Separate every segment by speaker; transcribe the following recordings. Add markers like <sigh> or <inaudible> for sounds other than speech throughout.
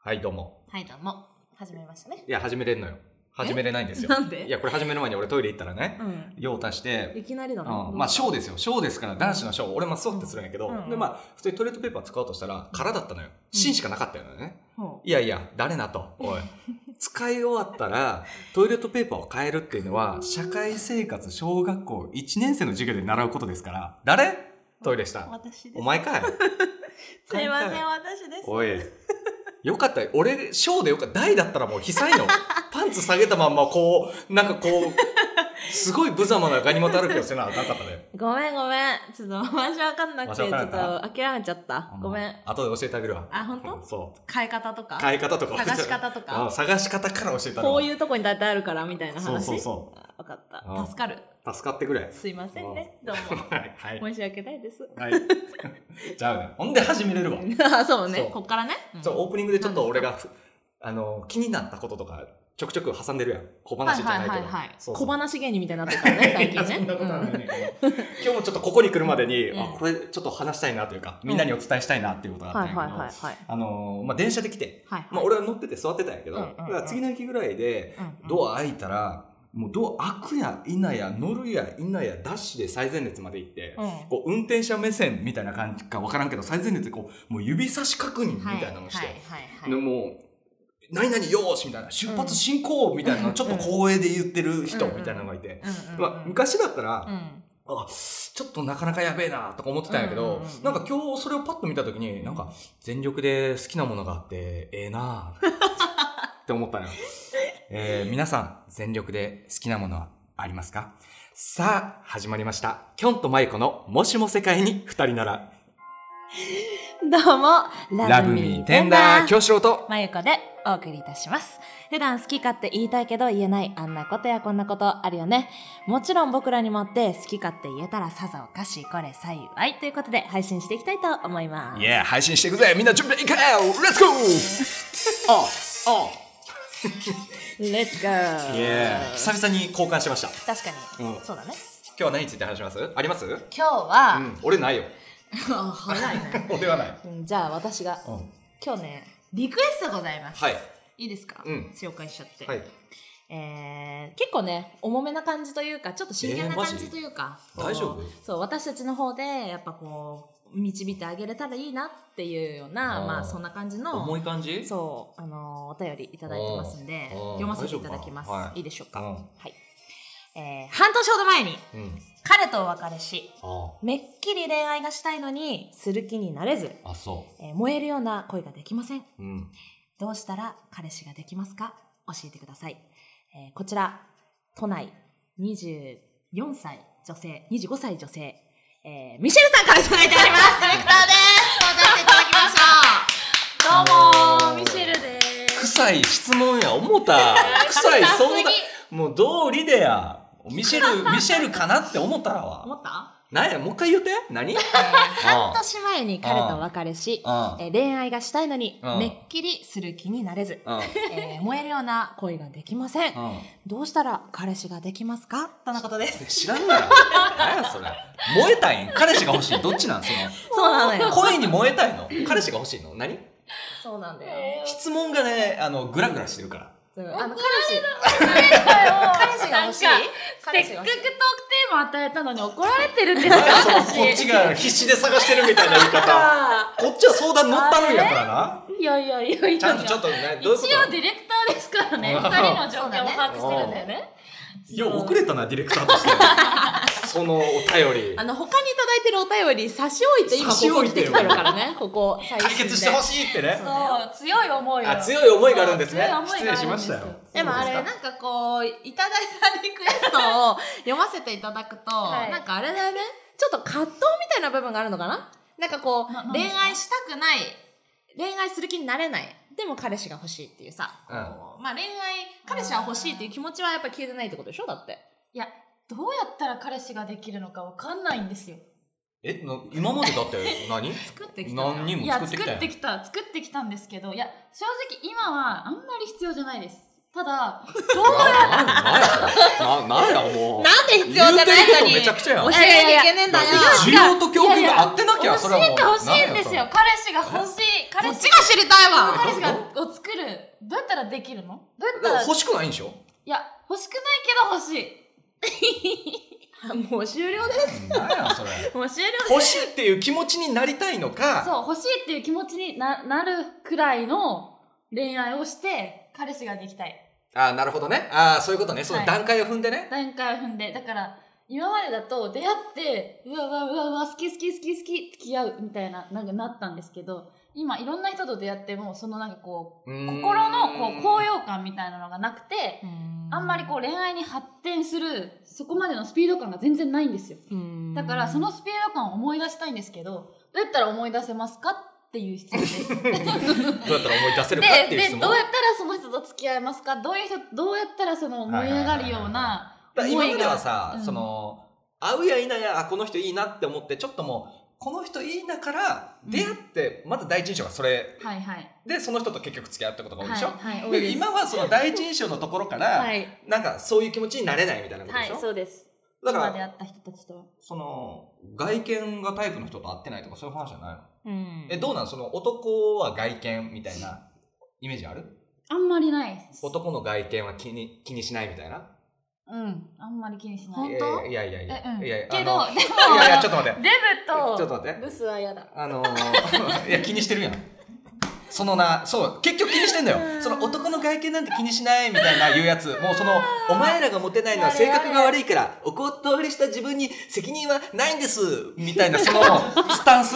Speaker 1: はい、どうも。
Speaker 2: はい、どうも。始めましたね。
Speaker 1: いや、始めれんのよ。始めれないんですよ。
Speaker 2: なん <laughs> で
Speaker 1: いや、これ始める前に俺トイレ行ったらね、
Speaker 2: うん。
Speaker 1: 用足して、
Speaker 2: いきなり
Speaker 1: う
Speaker 2: だ
Speaker 1: ん
Speaker 2: の、
Speaker 1: まあ、ショーですよ。ショーですから、男子のショー。俺もそうってするんやけど、
Speaker 2: うん
Speaker 1: で、まあ、普通にトイレットペーパー使おうとしたら、空だったのよ。芯しかなかったよね。
Speaker 2: ほ
Speaker 1: いやいや、誰なと。お
Speaker 2: <laughs>
Speaker 1: い。使い終わったら、トイレットペーパーを変えるっていうのは、社会生活小学校1年生の授業で習うことですから、誰トイレし
Speaker 2: <laughs> う
Speaker 1: た。
Speaker 2: 私です。
Speaker 1: お前かい。
Speaker 2: すいません、私です。
Speaker 1: おい。よかったよ俺、ショーでよかった。大だったらもう悲惨
Speaker 2: <laughs>
Speaker 1: よ。パンツ下げたまんま、こう、なんかこう、すごい無様なガニ股歩きをしてなあかんかったね。
Speaker 2: ごめん、ごめん。ちょっと、私わかんなくて、ちょ
Speaker 1: わしわかん
Speaker 2: っ
Speaker 1: な
Speaker 2: と諦めちゃった。ごめん。
Speaker 1: 後で教えてあげるわ。
Speaker 2: あ、本当？
Speaker 1: そ
Speaker 2: 変え方とか
Speaker 1: う。変え方とか
Speaker 2: 探し方と
Speaker 1: あ
Speaker 2: か
Speaker 1: 探し方から教えた
Speaker 2: こういううとこに大体あるから、みたいな話。
Speaker 1: そうそうそ
Speaker 2: あわかった
Speaker 1: あ。
Speaker 2: 助かる。
Speaker 1: う。助かってくれ。
Speaker 2: すいませんね。どう
Speaker 1: <laughs> はい。はい。
Speaker 2: も。申し訳ないです。
Speaker 1: はい、じゃあね、ほんで始めれるわ。
Speaker 2: あ、そう
Speaker 1: そ
Speaker 2: ね
Speaker 1: う。
Speaker 2: こっからね。ん
Speaker 1: そう、オープニングでちょっと俺が、ふあの、気になったこととか、ちょくちょく挟んでるやん。小話じゃないけど。
Speaker 2: はいはいはいはい
Speaker 1: そうそう
Speaker 2: 小話芸人みたいになってたね、最近
Speaker 1: いや
Speaker 2: ね。
Speaker 1: そんなことはない
Speaker 2: うん
Speaker 1: ねんけど今日もちょっとここに来るまでに、
Speaker 2: うん
Speaker 1: あこれちょっと話したいなというか、みんなにお伝えしたいなっていうことがあ
Speaker 2: は
Speaker 1: っ
Speaker 2: い
Speaker 1: たん
Speaker 2: は
Speaker 1: や
Speaker 2: い
Speaker 1: けど、
Speaker 2: はいはい。
Speaker 1: あのーまあ、電車で来て、
Speaker 2: はいはい。
Speaker 1: まあ、俺は乗ってて座ってたんやけど、
Speaker 2: うんうんうん
Speaker 1: だから次の駅ぐらいで
Speaker 2: うんうん
Speaker 1: ドア開いたら、もうドア開くや否や乗るや否やダッシュで最前列まで行って、
Speaker 2: うん
Speaker 1: こう運転者目線みたいな感じか分からんけど最前列でこうもう指差し確認みたいなのをして、
Speaker 2: はいはいはい
Speaker 1: で
Speaker 2: はい
Speaker 1: もう「何々よーし」みたいな「出発進行」みたいなのをちょっと光栄で言ってる人みたいなのがいて。
Speaker 2: うんうん
Speaker 1: まあ、
Speaker 2: うん
Speaker 1: 昔だったら、
Speaker 2: うん
Speaker 1: あちょっとなかなかやべえなとか思ってたんやけ
Speaker 2: うん
Speaker 1: ど
Speaker 2: うんうんうん
Speaker 1: なんか今日それをパッと見た時になんか全力で好きなものがあってええなあ
Speaker 2: <laughs>
Speaker 1: って思ったのよ、えー皆さん全力で好きなものはありますかさあ始まりましたきょんとまゆこの「もしも世界に二人なら
Speaker 2: どうも、
Speaker 1: ラブミーテンダー京志郎と
Speaker 2: まゆこでお送りいたします。普段好き勝手言いたいけど言えないあんなことやこんなことあるよね。もちろん僕らにもって好き勝手言えたらさぞかしこれ幸いということで配信していきたいと思います。
Speaker 1: イエー配信していくぜみんな準備いけよレッ
Speaker 2: <laughs>
Speaker 1: ツゴーああ
Speaker 2: Let's go!
Speaker 1: イエー久々に交換しました
Speaker 2: 確かに、
Speaker 1: うん
Speaker 2: そうだね。
Speaker 1: 今日は何について話しますありますう
Speaker 2: 今日は、
Speaker 1: ん俺ないよ
Speaker 2: あ <laughs> 早いね。
Speaker 1: 俺はない
Speaker 2: うんじゃあ私が
Speaker 1: うん
Speaker 2: 今日ね、リクエストございます。
Speaker 1: はい。
Speaker 2: いいですか、
Speaker 1: うん
Speaker 2: 紹介しちゃって。
Speaker 1: はい。
Speaker 2: えー結構ね重めな感じというかちょっと真剣な
Speaker 1: えーマジ
Speaker 2: 感じというか、こう
Speaker 1: 大丈夫
Speaker 2: そう私たちの方でやっぱこう導いてあげれたらいいなっていうような
Speaker 1: あー
Speaker 2: まあそんな感じの
Speaker 1: 重い感じ
Speaker 2: そうあのーお便りいただいてますんで
Speaker 1: あー
Speaker 2: 読ませていただきま
Speaker 1: 大丈夫
Speaker 2: す、
Speaker 1: かはい
Speaker 2: い、いでしょうか、
Speaker 1: うん
Speaker 2: はいえー半年ほど前に
Speaker 1: うん。
Speaker 2: 彼とお別れし
Speaker 1: あ
Speaker 2: めっきり恋愛がしたいのにする気になれず、
Speaker 1: あ。あ、そ
Speaker 2: えー燃えるような恋ができません
Speaker 1: う。うん。
Speaker 2: どうしたら彼氏ができますか教えてください、えーこちら都内24歳女性25歳女性、えーミシェルさんからいただいておりますミクラですお出していただきましょうどうもミシェルです
Speaker 1: 臭い質問や、思った。 <laughs> 臭い、
Speaker 2: 臭す
Speaker 1: そ
Speaker 2: ぎ
Speaker 1: んな。もう道理でや。ミ <laughs> シェル、ミシェルかなって思ったら
Speaker 2: 思
Speaker 1: わ。
Speaker 2: った、
Speaker 1: なんや、もう一回言って。 <laughs> 何うん。
Speaker 2: 半年前に彼とお別れし、
Speaker 1: う
Speaker 2: えー恋愛がしたいのに
Speaker 1: うん
Speaker 2: めっきりする気になれず、
Speaker 1: ん。
Speaker 2: えー燃えるような恋ができません
Speaker 1: うん。
Speaker 2: どうしたら彼氏ができますかとのことです
Speaker 1: 知らんがな。何やそれ。燃えたいん彼氏が欲しい。どっちなんそ <laughs>
Speaker 2: そうなの <laughs>
Speaker 1: の。声に燃えたいの彼氏が欲しいの何
Speaker 2: そうなんだよ、
Speaker 1: 質問がね、あの、グラグラしてるから。
Speaker 2: あの彼氏
Speaker 3: 彼
Speaker 2: 彼氏が欲しい彼氏
Speaker 3: せっ
Speaker 2: が欲
Speaker 3: かくトーク
Speaker 2: しい
Speaker 3: テーマ与えたのに怒られてるんですよ
Speaker 1: なんかそのこっ
Speaker 3: 私
Speaker 1: ちが必死で探してるみたいな言い方。こっちは相談乗ったるんやからな。
Speaker 3: いやいやいやいやいや
Speaker 1: ちゃんとちょっとね、
Speaker 3: 一
Speaker 1: どういうこ
Speaker 3: 応ディレクターですからね
Speaker 1: うん
Speaker 3: 二人の状況を把握してるんだよね
Speaker 1: といや、遅れたな、ディレクターとして。そのお便り
Speaker 2: あ。の他にいただいてるお便り差し置いて今
Speaker 1: 差し
Speaker 2: ここ
Speaker 1: 置い
Speaker 2: 来
Speaker 1: て
Speaker 2: て
Speaker 1: る
Speaker 2: きてるからねここ最
Speaker 1: 解
Speaker 2: 近
Speaker 1: 決してほしいってね。
Speaker 3: そう強い思いを
Speaker 1: あ、強い思いがあるんですね
Speaker 3: 強い。思い
Speaker 1: 失
Speaker 3: が
Speaker 1: 礼
Speaker 3: ある
Speaker 1: し
Speaker 3: ん
Speaker 1: ま
Speaker 3: で
Speaker 1: し
Speaker 3: す
Speaker 1: た
Speaker 3: よ
Speaker 1: よ。
Speaker 2: でもあれなんかこういただいたリクエストを読ませていただくと、
Speaker 3: はい
Speaker 2: なんかあれだよねちょっと葛藤みたいな部分があるのかななんかこう
Speaker 3: ななんで
Speaker 2: 恋
Speaker 3: すか
Speaker 2: 愛したくない恋愛する気になれないでも彼氏が欲しいっていうさ、
Speaker 1: うん
Speaker 2: こうまあ恋愛彼氏は欲しいっていう気持ちはやっぱり消えてないってことでしょだって
Speaker 3: いやどうやったら彼氏ができるのかわかんないんですよ
Speaker 1: え、な今までだって何
Speaker 2: 作ってきたのよ
Speaker 1: 何人
Speaker 3: い
Speaker 1: も
Speaker 3: や
Speaker 1: 作って
Speaker 3: 作
Speaker 1: きた
Speaker 3: っ
Speaker 1: よ
Speaker 3: て。きた作ってきたんですけどいや正直今はあんまり必要じゃないですただどう
Speaker 1: なななななんやもう。
Speaker 2: なんで必要じゃない
Speaker 1: 言うてる
Speaker 2: の
Speaker 1: こと
Speaker 2: に
Speaker 1: めちゃくちゃやん。
Speaker 2: 教えにいけねえんだよ
Speaker 1: 需要と供給が合ってなきゃ、それは
Speaker 3: 教
Speaker 1: も
Speaker 3: え
Speaker 1: う。
Speaker 3: てほしいんです
Speaker 1: なんや
Speaker 3: よ
Speaker 1: そ
Speaker 3: 彼氏が欲しい彼
Speaker 2: こっ
Speaker 3: 氏
Speaker 2: ちが知りたいわ
Speaker 3: 彼氏がを作るどうやったらできるのどうやっ
Speaker 1: だか
Speaker 3: た
Speaker 1: ら
Speaker 3: ら
Speaker 1: 欲しくないんでしょ
Speaker 3: いや欲しくないけど欲しい
Speaker 2: もう終了です。
Speaker 1: 何やそれ
Speaker 2: もう終了
Speaker 1: 欲しいっていう気持ちになりたいのか
Speaker 3: そう欲しいっていう気持ちにななるくらいの恋愛をして彼氏ができたい
Speaker 1: ああなるほどねああそういうことねそ
Speaker 3: は
Speaker 1: の
Speaker 3: い
Speaker 1: 段階を踏んでね、
Speaker 3: 段階を踏んでだから今までだと出会ってうわうわうわうわ好き好き好き好き付き合うみたいななんかなったんですけど今いろんな人と出会ってもそのなんかこ
Speaker 1: うー
Speaker 3: うん心のこう高揚感みたいなのがなくてあんまりこ
Speaker 2: う
Speaker 3: う恋愛に発展するそこまでのスピード感が全然ないんですよ
Speaker 2: ーん
Speaker 3: だからそのスピード感を思い出したいんですけどどうやったら思い出せますかっていう質問
Speaker 1: <laughs>
Speaker 3: です。
Speaker 1: どうやったら思い出せるかって
Speaker 3: で
Speaker 1: いう質
Speaker 3: で
Speaker 1: 問
Speaker 3: どうやったらその人と付き合えますかどういう人どうやったらその思い上がるような
Speaker 1: だから
Speaker 3: 思い
Speaker 1: 今ま
Speaker 3: が
Speaker 1: ではさ、
Speaker 3: うん
Speaker 1: その会うや否やあこの人いいなって思ってちょっともうこの人いいなから
Speaker 3: うん
Speaker 1: 出会って、まず第一印象がそれ
Speaker 3: はいはい
Speaker 1: でその人と結局付き合うってことが多いでしょ、
Speaker 3: はいはい、多いで
Speaker 1: です今はその第一印象のところから、
Speaker 2: はい、
Speaker 1: なんかそういう気持ちになれないみたいなこと
Speaker 2: は
Speaker 1: でし
Speaker 2: い
Speaker 1: ょ、、
Speaker 2: そうです。
Speaker 1: だか
Speaker 3: 今出
Speaker 1: ら
Speaker 3: 会った人たちとは
Speaker 1: その外見がタイプの人と会ってないとかそういう話じゃないの、
Speaker 2: うん
Speaker 1: えどうなんその男は外見みたいなイメージある
Speaker 3: あんまりないです
Speaker 1: 男の外見は気に気にしないみたいな
Speaker 3: うんあんまり気にしない
Speaker 2: 本当
Speaker 1: えいやいやいや
Speaker 3: えうん
Speaker 1: いやいや
Speaker 3: けどで
Speaker 1: あの
Speaker 3: も
Speaker 1: いやいやちょっと
Speaker 3: っ
Speaker 1: 待って
Speaker 3: デブと
Speaker 1: ちょっと待って
Speaker 2: ブスは嫌だ。
Speaker 1: あのー、い <laughs> や気にしてるやんそのなそう結局気にしてんだよその男の外見なんて気にしないみたいな言うやつもうそのお前らがモテないのは性格が悪いからお断りした自分に責任はないんですみたいなそのスタンス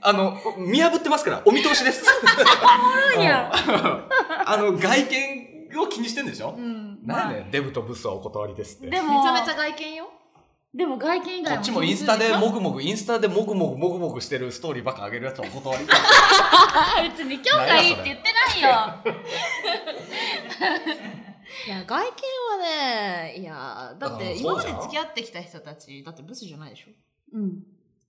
Speaker 1: あの見破ってますからお見通しです
Speaker 2: い
Speaker 1: <laughs>
Speaker 2: やん
Speaker 1: うんあの外見を気にしてんでしょ
Speaker 3: うん
Speaker 1: なん
Speaker 3: ま
Speaker 1: で、デブとブスはお断りですっ
Speaker 3: あ、
Speaker 1: て
Speaker 3: でも
Speaker 2: めちゃめちゃ外見よ。
Speaker 3: でも外見以
Speaker 1: こ
Speaker 3: 外
Speaker 1: っち
Speaker 3: 気
Speaker 1: もイ
Speaker 3: に
Speaker 1: ン
Speaker 3: す
Speaker 1: ス
Speaker 3: る
Speaker 1: タ
Speaker 3: し
Speaker 1: で
Speaker 3: ょ
Speaker 1: もぐもぐインスタでもぐもぐもぐもぐしてるストーリーばっか上げるやつはお断り
Speaker 3: あ別に今日がいいって言ってないよ
Speaker 2: いや、外見はね、いや、だっ
Speaker 1: あ
Speaker 2: て
Speaker 1: ー
Speaker 2: 今ま
Speaker 1: そうじ
Speaker 2: で
Speaker 1: ゃん
Speaker 2: 付き合ってきた人たち、だってブスじゃないでしょ。
Speaker 3: うん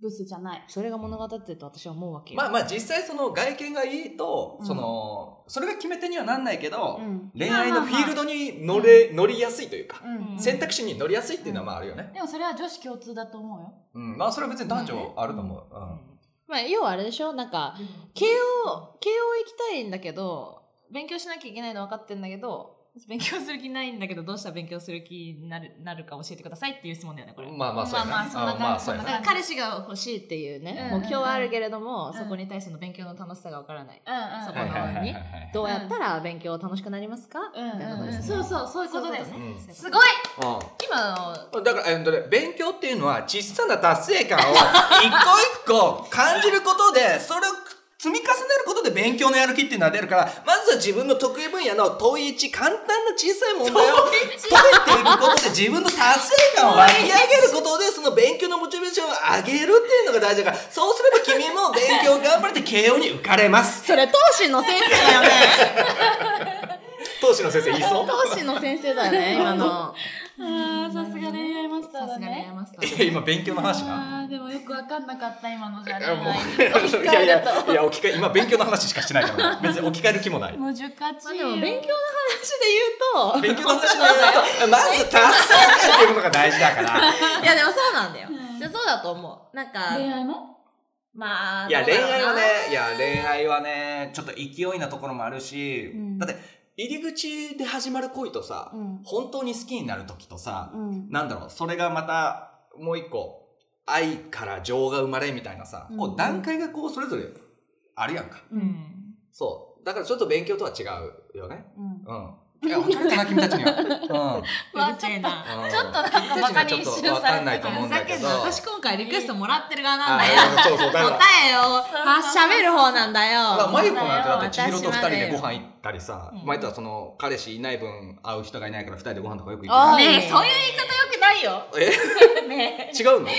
Speaker 3: ブスじゃない
Speaker 2: それが物語ってると私は思うわけよ。
Speaker 1: まあまあ実際その外見がいいと、
Speaker 2: うん
Speaker 1: そのそれが決め手にはなんないけど、
Speaker 3: うん
Speaker 1: 恋愛のフィールドに乗れ、乗りやすいというか、
Speaker 3: うん
Speaker 1: 選択肢に乗りやすいっていうのはまああるよね、
Speaker 3: でもそれは女子共通だと思うよ
Speaker 1: うんまあそれは別に男女あると思う、う
Speaker 2: うんんまあ、要はあれでしょなんか、慶応、慶応行きたいんだけど、勉強しなきゃいけないの分かってんだけど、勉強する気ないんだけど、どうしたら勉強する気になるなるか教えてくださいっていう質問だよね、これ。
Speaker 1: まあまあそうやな、
Speaker 3: まあまあそん
Speaker 1: うんまあそうや
Speaker 3: な感じ
Speaker 2: だ
Speaker 1: な
Speaker 2: から彼氏が欲しいっていうね、
Speaker 1: うん
Speaker 2: 目標はあるけれども、
Speaker 3: ん
Speaker 2: そこに対しての勉強の楽しさがわからない。
Speaker 3: うんうん
Speaker 2: そ
Speaker 1: は
Speaker 2: こ
Speaker 1: いはいはいは
Speaker 2: の
Speaker 1: い
Speaker 2: に
Speaker 1: はい、
Speaker 2: どうやったら勉強楽しくなりますか、
Speaker 3: うん
Speaker 2: みたいな
Speaker 3: う
Speaker 2: こ
Speaker 3: ん
Speaker 2: と
Speaker 3: う
Speaker 2: で
Speaker 3: ん
Speaker 2: す
Speaker 3: そ
Speaker 2: ね
Speaker 3: うそうそういうことです
Speaker 1: う
Speaker 2: ね
Speaker 1: ん
Speaker 2: そう
Speaker 3: す
Speaker 2: う
Speaker 3: ご
Speaker 2: こ
Speaker 3: い
Speaker 1: うん
Speaker 2: と今
Speaker 1: だからえっとね勉強っていうのは小さな達成感 <laughs> を一個一個感じることでそれを積み重ねることで勉強のやる気っていうのは出るからまずは自分の得意分野の問い1簡単な小さい問題を解いていくことで自分の達成感を湧き上げることでその勉強のモチベーションを上げるっていうのが大事だからそうすれば君も勉強頑張れて慶応に受かれます
Speaker 2: それ当心の先生 <laughs> だよね
Speaker 1: 当時の先生 <laughs> 言いそう
Speaker 2: 当心の先生だよね今の
Speaker 3: あーさすが恋愛マスター
Speaker 2: さ
Speaker 3: だ
Speaker 2: すが
Speaker 3: ね
Speaker 2: ねマスタ
Speaker 1: い <laughs>
Speaker 2: ー
Speaker 1: や今勉強の話 <laughs> な
Speaker 3: あーでもよくわかんなかった今のじゃ
Speaker 1: い
Speaker 3: 恋
Speaker 1: やも
Speaker 3: 愛
Speaker 1: ういやいや <laughs> いや置き換え今勉強の話しかしてないから別に置き換える気もない
Speaker 3: もう受かち
Speaker 2: まあでも勉強の話で
Speaker 1: 勉
Speaker 2: 言うと
Speaker 1: 強の話のようまず達成感っていうものが大事だ <laughs> から。
Speaker 2: <laughs> いやでもそうなんだよ、
Speaker 3: うん
Speaker 2: じゃあそうだと思うなんか
Speaker 3: 恋愛も
Speaker 2: まあ
Speaker 1: いや
Speaker 2: どう
Speaker 1: 恋
Speaker 2: だろうな
Speaker 1: 愛はね、いや恋愛はね、ちょっと勢いなところもあるし、
Speaker 3: うん
Speaker 1: だって入り口で始まる恋とさ、
Speaker 3: うん
Speaker 1: 本当に好きになる時とさ、
Speaker 3: うん
Speaker 1: なんだろう、それがまたもう一個、愛から情が生まれみたいなさ、
Speaker 3: うん
Speaker 1: こう段階がこうそれぞれあるやんか。
Speaker 2: うん
Speaker 1: そう。だからちょっと勉強とは違うよね。
Speaker 3: うん
Speaker 1: うん。いや、わかるかな、君たちに <laughs> は。うん。
Speaker 3: わ
Speaker 2: うるせえな
Speaker 1: うん
Speaker 3: ちょっとなんかバカに一
Speaker 1: ちょっと
Speaker 3: 瞬
Speaker 1: わ
Speaker 3: さ
Speaker 1: か
Speaker 3: れ
Speaker 1: ん
Speaker 3: て
Speaker 1: な
Speaker 3: る
Speaker 1: いと思うんだけど。
Speaker 2: さっきの私今回リクエストもらってる側なんだよ
Speaker 1: あそうそう、だから
Speaker 2: <laughs> 答。えをあ喋る方なんだよ、
Speaker 1: まあ、マユコ
Speaker 3: そう
Speaker 1: な
Speaker 3: だ
Speaker 1: ん
Speaker 3: よ
Speaker 1: てだって千尋と二人で
Speaker 2: 私はね
Speaker 1: ご飯行ったりさ、
Speaker 2: うん
Speaker 1: 前とはその彼氏いない分会う人がいないから二人でご飯とかよく行
Speaker 2: あ
Speaker 1: く
Speaker 2: ー
Speaker 3: ねえそういう言い方よくないよ
Speaker 1: え
Speaker 3: ね
Speaker 1: 違
Speaker 2: <laughs>
Speaker 1: うの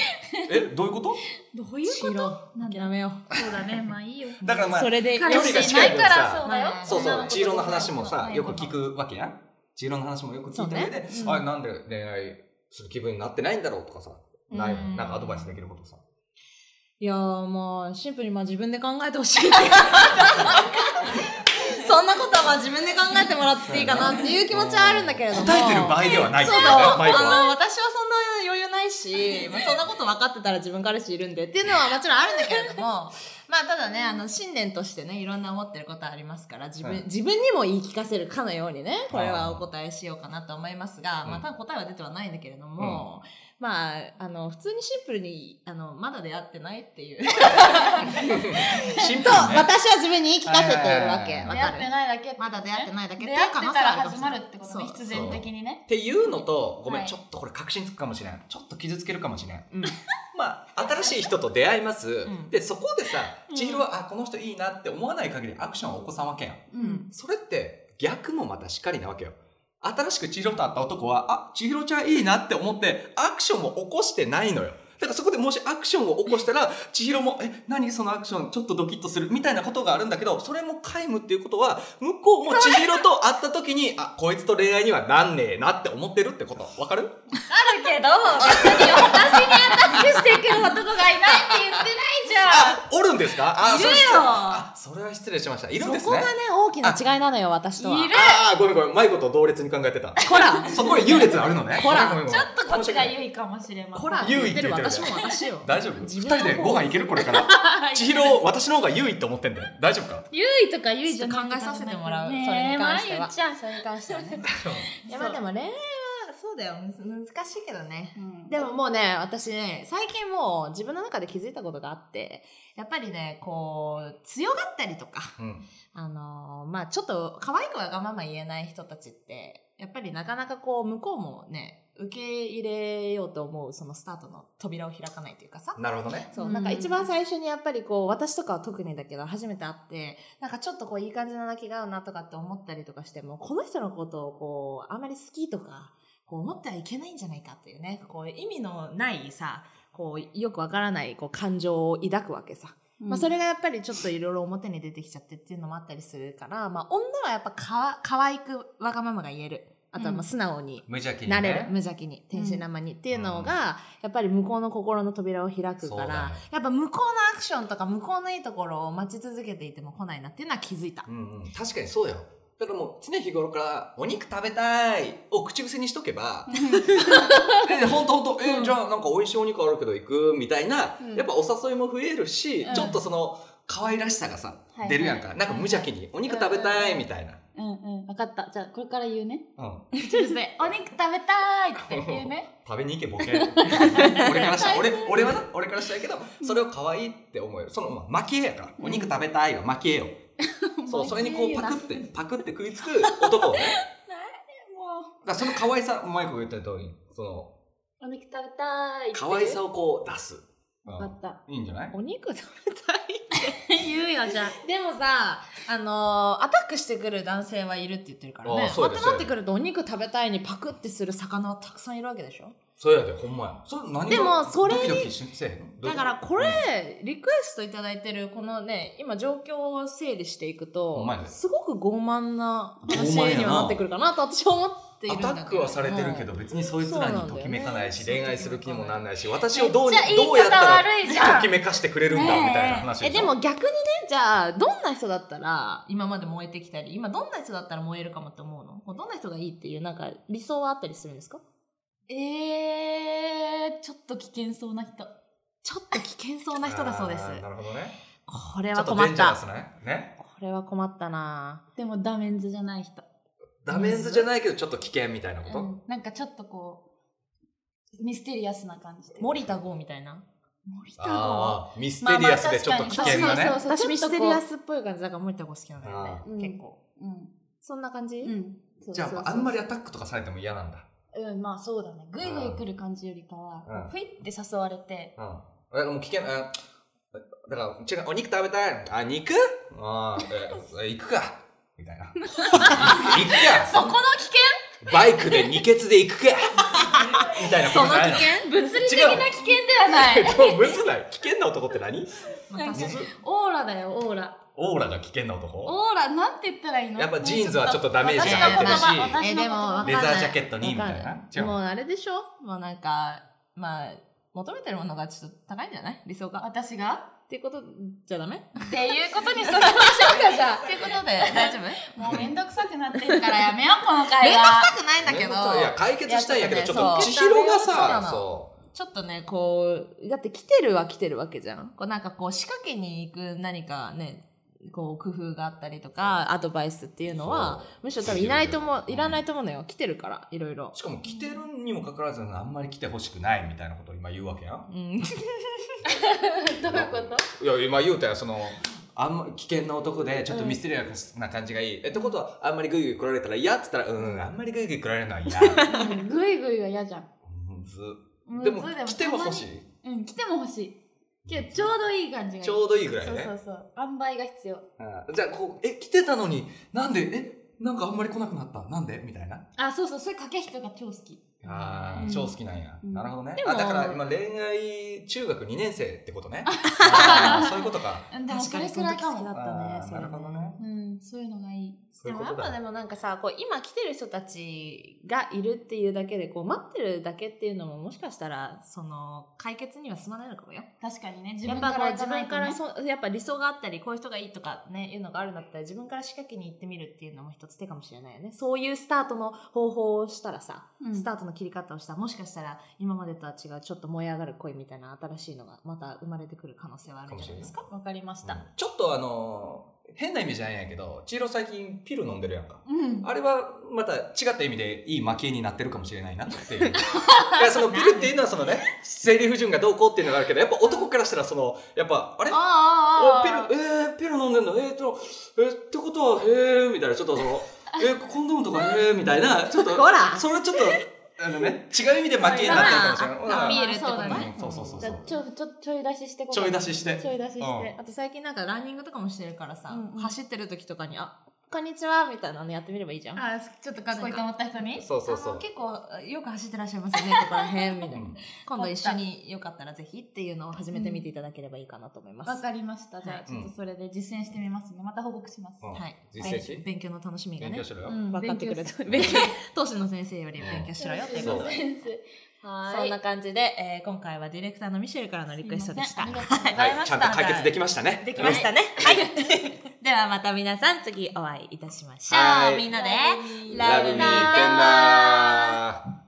Speaker 1: えどういうこと
Speaker 3: どういうことなんだ
Speaker 2: やめよ
Speaker 3: そうだねまあいいよ
Speaker 1: だからまあ
Speaker 2: それで
Speaker 1: 彼氏いないから
Speaker 2: そうだよ
Speaker 1: そう
Speaker 2: 女の
Speaker 1: そう
Speaker 2: 子
Speaker 1: 千尋の話もさよく聞
Speaker 3: うん
Speaker 1: くわけやん千尋の話もよく聞いた上で、
Speaker 2: そうねうん
Speaker 1: あれなんで恋愛する気分になってないんだろうとかさない
Speaker 2: うん
Speaker 1: なんかアドバイスできることさ
Speaker 2: いやーまあシンプルにまあ自分で考えてほしいっていうそんなことはまあ自分で考えてもらっていいかなっていう気持ちはあるんだけれども
Speaker 1: 答えてる場合ではない
Speaker 2: そうそうあ
Speaker 1: だ
Speaker 2: の
Speaker 1: マイコは
Speaker 2: 私は
Speaker 3: <laughs> <laughs>
Speaker 2: そんな余裕ないし、まあ、そんなこと分かってたら自分彼氏いるんでっていうのはもちろんあるんだけれどもまあただねあの信念としてねいろんな思ってることはありますから自分,、
Speaker 1: はい
Speaker 2: 自分にも言い聞かせるかのようにねこれ
Speaker 1: あ
Speaker 2: は
Speaker 1: ー
Speaker 2: お答えしようかなと思いますが、
Speaker 1: うん
Speaker 2: まあ多分答えは出てはないんだけれども、まああの普通にシンプルにあのまだ出会ってないっていう
Speaker 3: <laughs>
Speaker 2: と
Speaker 1: シンプルにね。
Speaker 2: 私は自分に言い聞かせているわけ
Speaker 1: はい
Speaker 2: わ
Speaker 1: はいはい
Speaker 2: か
Speaker 3: 出会って
Speaker 2: る
Speaker 3: ないだけってこ
Speaker 2: ま
Speaker 3: とね
Speaker 2: だ出会ってないだけって
Speaker 3: 出
Speaker 2: いう
Speaker 3: 会っ
Speaker 2: 可能
Speaker 3: て
Speaker 2: 性
Speaker 3: たら
Speaker 2: はあるかも
Speaker 3: 始
Speaker 2: しれ
Speaker 3: ま
Speaker 2: ない
Speaker 3: るってことね
Speaker 2: そう
Speaker 3: 必然的にね
Speaker 1: っていうのと、ごめん、
Speaker 3: はい
Speaker 1: ちょっとこれ確信つくかもしれない。ちょっと傷つけるかもしれない。
Speaker 2: うん
Speaker 1: <laughs> まあ、新しい人と出会います。
Speaker 2: ん
Speaker 1: で、そこでさ
Speaker 3: う、ん
Speaker 1: 千尋は、あ、この人いいなって思わない限りアクションは起こさんわけやん。
Speaker 3: う
Speaker 2: うん
Speaker 1: それって逆もまたしかりなわけよ。新しく千尋と会った男は、あ、千尋ちゃんいいなって思って、アクションを起こしてないのよ。だからそこでもしアクションを起こしたら、千尋も、え、何そのアクション、ちょっとドキッとするみたいなことがあるんだけど、それも皆無っていうことは、向こうも千尋と会った時に、あ、こいつと恋愛にはなんねえなって思ってるってこと。わかる
Speaker 3: あるけど別に私にアタックしてくる男がいないって言ってないじゃん
Speaker 1: あ、おるんですかあ、
Speaker 2: い
Speaker 1: そ
Speaker 2: るよ
Speaker 1: れ失礼あ、それは失礼しました。いるんです
Speaker 2: そこ
Speaker 1: ね
Speaker 2: が。ね大きな違いなのよ私とはい
Speaker 3: る
Speaker 1: ああ、ごめんごめん。迷子と同列に考えてた。
Speaker 2: こら
Speaker 1: そこへ優劣あるのね。
Speaker 2: ほら
Speaker 1: ごめんごめんごめん
Speaker 3: ちょっとこっちが優位かもしれません
Speaker 2: こら
Speaker 1: 優位
Speaker 2: 言ってる
Speaker 1: って言って
Speaker 2: 私
Speaker 1: る
Speaker 2: も私よ
Speaker 1: 大丈夫二
Speaker 2: 自分の
Speaker 1: 人でご飯行けるこれから。千尋、私の方が優位って思ってんだよ。大丈夫か
Speaker 3: 優位とか優位じゃない
Speaker 2: ちょっと考えさせてもらう
Speaker 3: ねえ
Speaker 2: それに関しては
Speaker 3: まあゆちゃんそれに関してはね、
Speaker 2: <laughs> いやまあでも恋愛はそうだよむず難しいけどね
Speaker 3: うん
Speaker 2: でももうね私ね最近もう自分の中で気づいたことがあってやっぱりねこう強がったりとか
Speaker 1: うん。
Speaker 2: あのーまあちょっと可愛くわがまま言えない人たちってやっぱりなかなかこう向こうもね受け入れようと思うそのスタートの扉を開かないというかさ
Speaker 1: なるほどね。
Speaker 2: そうう、
Speaker 3: ん
Speaker 2: なんか一番最初にやっぱりこう、私とかは特にだけど、初めて会って、なんかちょっとこう、いい感じの泣きが合うなとかって思ったりとかしても、この人のことをこう、あまり好きとか、こう思ってはいけないんじゃないかっていうね、こう、意味のないさ、こう、よくわからない、こう、感情を抱くわけさ。まあ、それがやっぱりちょっといろいろ表に出てきちゃってっていうのもあったりするから、まあ、女はやっぱかわ、可愛くわがままが言える。あとはま
Speaker 3: う
Speaker 2: あ、
Speaker 3: ん
Speaker 2: 素直に。
Speaker 1: 無邪気に、ね。
Speaker 2: なれる無邪気に天真爛漫に、っていうのがやっぱり向こうの心の扉を開く
Speaker 1: そう
Speaker 2: か
Speaker 1: だ
Speaker 2: ら、
Speaker 1: ね
Speaker 2: やっぱ向こうのアクションとか向こうのいいところを待ち続けていても来ないなっていうのは気づいた
Speaker 1: う。んうん。確かにそうだよ。だからもう常日頃からお肉食べたいを口癖にしとけ
Speaker 3: <laughs>
Speaker 1: ば、え、ほんとほんと、え、じゃあなんか美味しいお肉あるけど行くみたいな、
Speaker 3: うん
Speaker 1: やっぱお誘いも増えるし、
Speaker 3: うん
Speaker 1: ちょっとその可愛らしさがさ、
Speaker 3: はい
Speaker 1: 出るやんか。なんか無邪気にお肉食べたいみたいな。
Speaker 3: うんうん分かったじゃあこれから言うね
Speaker 1: うん。
Speaker 3: 口癖お肉食べたいって言うね
Speaker 1: 食べに行けボケ俺からしたら俺俺はな俺からしたらけどそれを可愛いって思うよそのまあ巻き絵やからお肉食べたいよ巻き絵よ <laughs> そうそれにこうパクってパクって食いつく男をねだか
Speaker 3: も
Speaker 1: らその可愛さマイクが言った通りその
Speaker 3: うお肉食べたいって
Speaker 1: 可愛さをこう出す、う
Speaker 3: 分かった
Speaker 1: ん、いいんじゃない
Speaker 2: お肉食べたい
Speaker 3: 言うよじゃあ
Speaker 2: <laughs> でもさあのーアタックしてくる男性はいるって言ってるから
Speaker 1: あ
Speaker 2: ね
Speaker 1: あそうです
Speaker 2: ってなってくるとお肉食べたいにパクってする魚はたくさんいるわけでしょ
Speaker 1: そうやでほんまやそれ何が
Speaker 2: でもそれに
Speaker 1: ドキドキしてへんのどうい
Speaker 2: だ
Speaker 1: うと
Speaker 2: からこれ、リクエストいただいてるこのね今状況を整理していくと
Speaker 1: ほんまやね
Speaker 2: すごく傲慢な話
Speaker 1: 傲慢やな
Speaker 2: にはなってくるかなと私は思っている
Speaker 1: ア
Speaker 2: んだけど
Speaker 1: タックはされてるけど別にそいつらにときめかないし、恋愛する気にもなんないし私をどうに
Speaker 3: めっちゃ言い
Speaker 1: どうやった
Speaker 3: 方
Speaker 1: ら
Speaker 3: 悪いじゃ
Speaker 1: と
Speaker 3: ん
Speaker 1: きめかしてくれるんだみたいな話し
Speaker 2: え
Speaker 1: ょ
Speaker 2: でも逆にねじゃあどんな人だったら今まで燃えてきたり今どんな人だったら燃えるかもって思うのこうどんな人がいいっていうなんか理想はあったりするんですか
Speaker 3: えー、ちょっと危険そうな人
Speaker 2: ちょっと危険そうな人だそうです
Speaker 1: あーなるほどね。
Speaker 2: こ
Speaker 1: ち
Speaker 2: れ
Speaker 1: ょ
Speaker 2: は
Speaker 1: っと
Speaker 2: 困
Speaker 1: デ
Speaker 2: っ
Speaker 1: ンジャ
Speaker 2: た
Speaker 1: ラスね。ね。
Speaker 2: これは困ったな
Speaker 3: でもダメンズじゃない人、
Speaker 1: ダメンズじゃないけど、ちょっと危険みたいなこと。
Speaker 3: うん、なんかちょっとこうミステリアスな感じで
Speaker 2: 森田剛みたいな
Speaker 3: 森田剛
Speaker 1: ああ、ミステリアスでちょっと危険なね。
Speaker 3: まあまあ確かにそうそうそう
Speaker 2: 私
Speaker 3: ちょっとこう
Speaker 2: ミステリアスっぽい感じだから森田剛好きなんだよね
Speaker 1: あ
Speaker 3: ー
Speaker 2: 結構
Speaker 3: うん
Speaker 2: そんな感じ、
Speaker 3: うんそう
Speaker 1: じゃ
Speaker 3: そうそう
Speaker 1: あ、あんまりアタックとかされても嫌なんだ。
Speaker 3: うんまあそうだねぐいぐい来る感じよりかは
Speaker 1: うん
Speaker 3: ふいって誘われて
Speaker 1: うん。だからもう危険、あだから、違う、お肉食べたい。あ、肉あーえ、え行くか。みた
Speaker 3: <laughs>
Speaker 1: いな。行く
Speaker 3: そこ
Speaker 1: か。
Speaker 3: の危険
Speaker 1: バイクで二ケツで行くか。みたいなことじゃない <laughs> の。
Speaker 2: 険
Speaker 3: 物理的な危険ではない
Speaker 1: でもむずない。危険な男って何むず
Speaker 3: なんか
Speaker 2: 私
Speaker 3: オーラだよオーラ
Speaker 1: オーラが危険な男
Speaker 3: オーラなんて言ったらいいの
Speaker 1: やっぱジーンズはちょっとダメージ
Speaker 2: が入ってるし
Speaker 3: 私の言葉
Speaker 2: え
Speaker 3: 私の言葉
Speaker 2: でも
Speaker 1: レザージャケットに、みたいな。違う。
Speaker 2: もうあれでしょもうなんか、まあ、求めてるものがちょっと高いんじゃない理想が。
Speaker 3: 私が
Speaker 2: っていうことじゃダメっ
Speaker 3: っていうことにしときましょうかじゃ
Speaker 2: ていうことで大 <laughs> 丈夫
Speaker 3: あもうめんどくさくなってるからやめようこの
Speaker 2: 面
Speaker 3: 会
Speaker 2: 倒
Speaker 3: 話
Speaker 2: くさくないんだけど。
Speaker 1: いや解決したいんやけど
Speaker 2: いや
Speaker 1: ち
Speaker 2: ち
Speaker 1: ょ
Speaker 2: ょ
Speaker 1: っ
Speaker 2: っ
Speaker 1: と
Speaker 2: とね
Speaker 1: 千尋が
Speaker 2: そうな
Speaker 1: さ
Speaker 2: の
Speaker 1: そう
Speaker 2: ちょっとね、こう、だって来てるは来てるわけじゃん。こうなんかこう仕掛けに行く何かね、こう工夫があったりとか、アドバイスっていうのは、むしろ多分いないと思う、いらないと思うのよ。来てるから、いろいろ。
Speaker 1: しかも来てるにもかかわらずあんまり来てほしくないみたいなことを今言うわけやん
Speaker 2: うん。
Speaker 3: どういうこと
Speaker 1: いや今言うたやそのあんま危険な男でちょっとミステリアスな感じがいい、えってことはあんまりグイグイ来られたら嫌っつったらうんあんまりグイグイ来られるのは <laughs> 嫌
Speaker 3: ぐいぐいは嫌じゃん。
Speaker 1: むず
Speaker 3: むず
Speaker 1: でも来ても欲し。い
Speaker 3: たまにうん、来ても欲しい。けど、ちょうどいい感じがいい。
Speaker 1: ちょうどいいぐらいね
Speaker 3: そうそうそう。塩梅が必要。
Speaker 1: うんじゃあこうえ来てたのになんでえなんかあんまり来なくなったなんでみたいな
Speaker 3: あ、そうそう、そういう駆け引きが超好き。
Speaker 1: あ
Speaker 3: うん
Speaker 1: ー超好きなんや、
Speaker 3: うん
Speaker 1: なるほどね
Speaker 2: でも
Speaker 1: あだから今恋愛中学2年生ってこと
Speaker 2: <laughs>
Speaker 1: ねあーそういうことか
Speaker 3: うん、だからそれくら
Speaker 2: 確か
Speaker 3: いか
Speaker 2: にその時好きだ
Speaker 3: も。
Speaker 2: ったね
Speaker 1: あー
Speaker 2: それね
Speaker 1: なるほどね
Speaker 3: うん、そういうのがいい。
Speaker 1: そう
Speaker 2: で
Speaker 1: いう
Speaker 2: も
Speaker 1: こ
Speaker 2: や
Speaker 1: と
Speaker 2: っぱで
Speaker 1: だ
Speaker 2: もなんかさこう今来てる人たちがいるっていうだけでこう待ってるだけっていうのももしかしたらその解決には進まないのかもよ。
Speaker 3: 確かにね、自
Speaker 2: や
Speaker 3: 分
Speaker 2: っ
Speaker 3: か
Speaker 2: ぱこう
Speaker 3: ら
Speaker 2: 自分
Speaker 3: 行
Speaker 2: か
Speaker 3: ない
Speaker 2: ら
Speaker 3: とね
Speaker 2: そうやっぱ理想があったりこういう人がいいとかねいうのがあるんだったら自分から仕掛けに行ってみるっていうのも一つ手かもしれないよね。そういうスタートの方法をしたらさ、
Speaker 3: うん
Speaker 2: スタートの切り方をしたらもしかしたら今までとは違うちょっと燃え上がる恋みたいな新しいのがまた生まれてくる可能性はあるんじゃないですか。
Speaker 3: わかりました。
Speaker 1: ちょっとあのー変な意味じゃないんやけど千尋最近ピル飲んでるやんか
Speaker 3: うん。
Speaker 1: あれはまた違った意味でいい負けになってるかもしれないなっていうい
Speaker 2: <laughs>
Speaker 1: やそのピルっていうのはそのね生理不順がどうこうっていうのがあるけどやっぱ男からしたらそのやっぱあれ
Speaker 3: ああ、ああ
Speaker 1: お。ピルえー、ピル飲んでんのえー、とえーってことはへえみたいなちょっとそのえー、コンドームとかへえみたいなちょっと
Speaker 2: ほら
Speaker 1: それちょっとあのね違う意味で負けになってるかもしれないほ
Speaker 2: ア
Speaker 1: ら
Speaker 2: ピールってこと
Speaker 3: そうだ
Speaker 2: ね
Speaker 1: ね。そうそうそう
Speaker 3: じゃあちょ、ちょ、ちょい出ししてこう
Speaker 1: ちょい出しして
Speaker 3: ちょい出しして。
Speaker 1: うん
Speaker 2: あと最近なんかランニングとかもしてるからさ、
Speaker 3: うんうん
Speaker 2: 走ってる時とかに「あこんにちは」みたいなのやってみればいいじゃん。
Speaker 3: あちょっとかっこいいと思った人に
Speaker 1: そうそうそ
Speaker 2: あの
Speaker 1: う
Speaker 2: 結構よく走ってらっしゃいますねここら辺みたいな、
Speaker 1: うん
Speaker 2: 今度一緒によかったらぜひっていうのを始めてみていただければいいかなと思います、
Speaker 3: わかりました。じゃあ、ちょっとそれで実践してみますね。また報告します。
Speaker 1: うん
Speaker 2: はい
Speaker 1: 実践し
Speaker 2: 勉強の楽しみが
Speaker 1: 勉
Speaker 2: ね
Speaker 1: 強しろよ、
Speaker 3: うん
Speaker 2: 分かってくれ
Speaker 3: 勉
Speaker 2: た勉強当時の先生より勉強しろよっていうこと
Speaker 1: そう
Speaker 2: で
Speaker 3: 先生。はい。
Speaker 2: そんな感じで、えー今回はディレクターのミシェルからのリクエストでした
Speaker 3: すいませんありがとうございま
Speaker 1: は
Speaker 3: し
Speaker 1: い、ち
Speaker 3: た
Speaker 1: ゃんと解決できましたね。
Speaker 2: できましたねはい、 <laughs> ではまた皆さん次お会いいたしましょう、
Speaker 1: はい
Speaker 2: みんなで
Speaker 3: はい
Speaker 2: ラ
Speaker 1: ラ
Speaker 2: ブ
Speaker 1: ブミーテ
Speaker 2: ミーテン
Speaker 1: ン
Speaker 2: ダ
Speaker 1: ダー。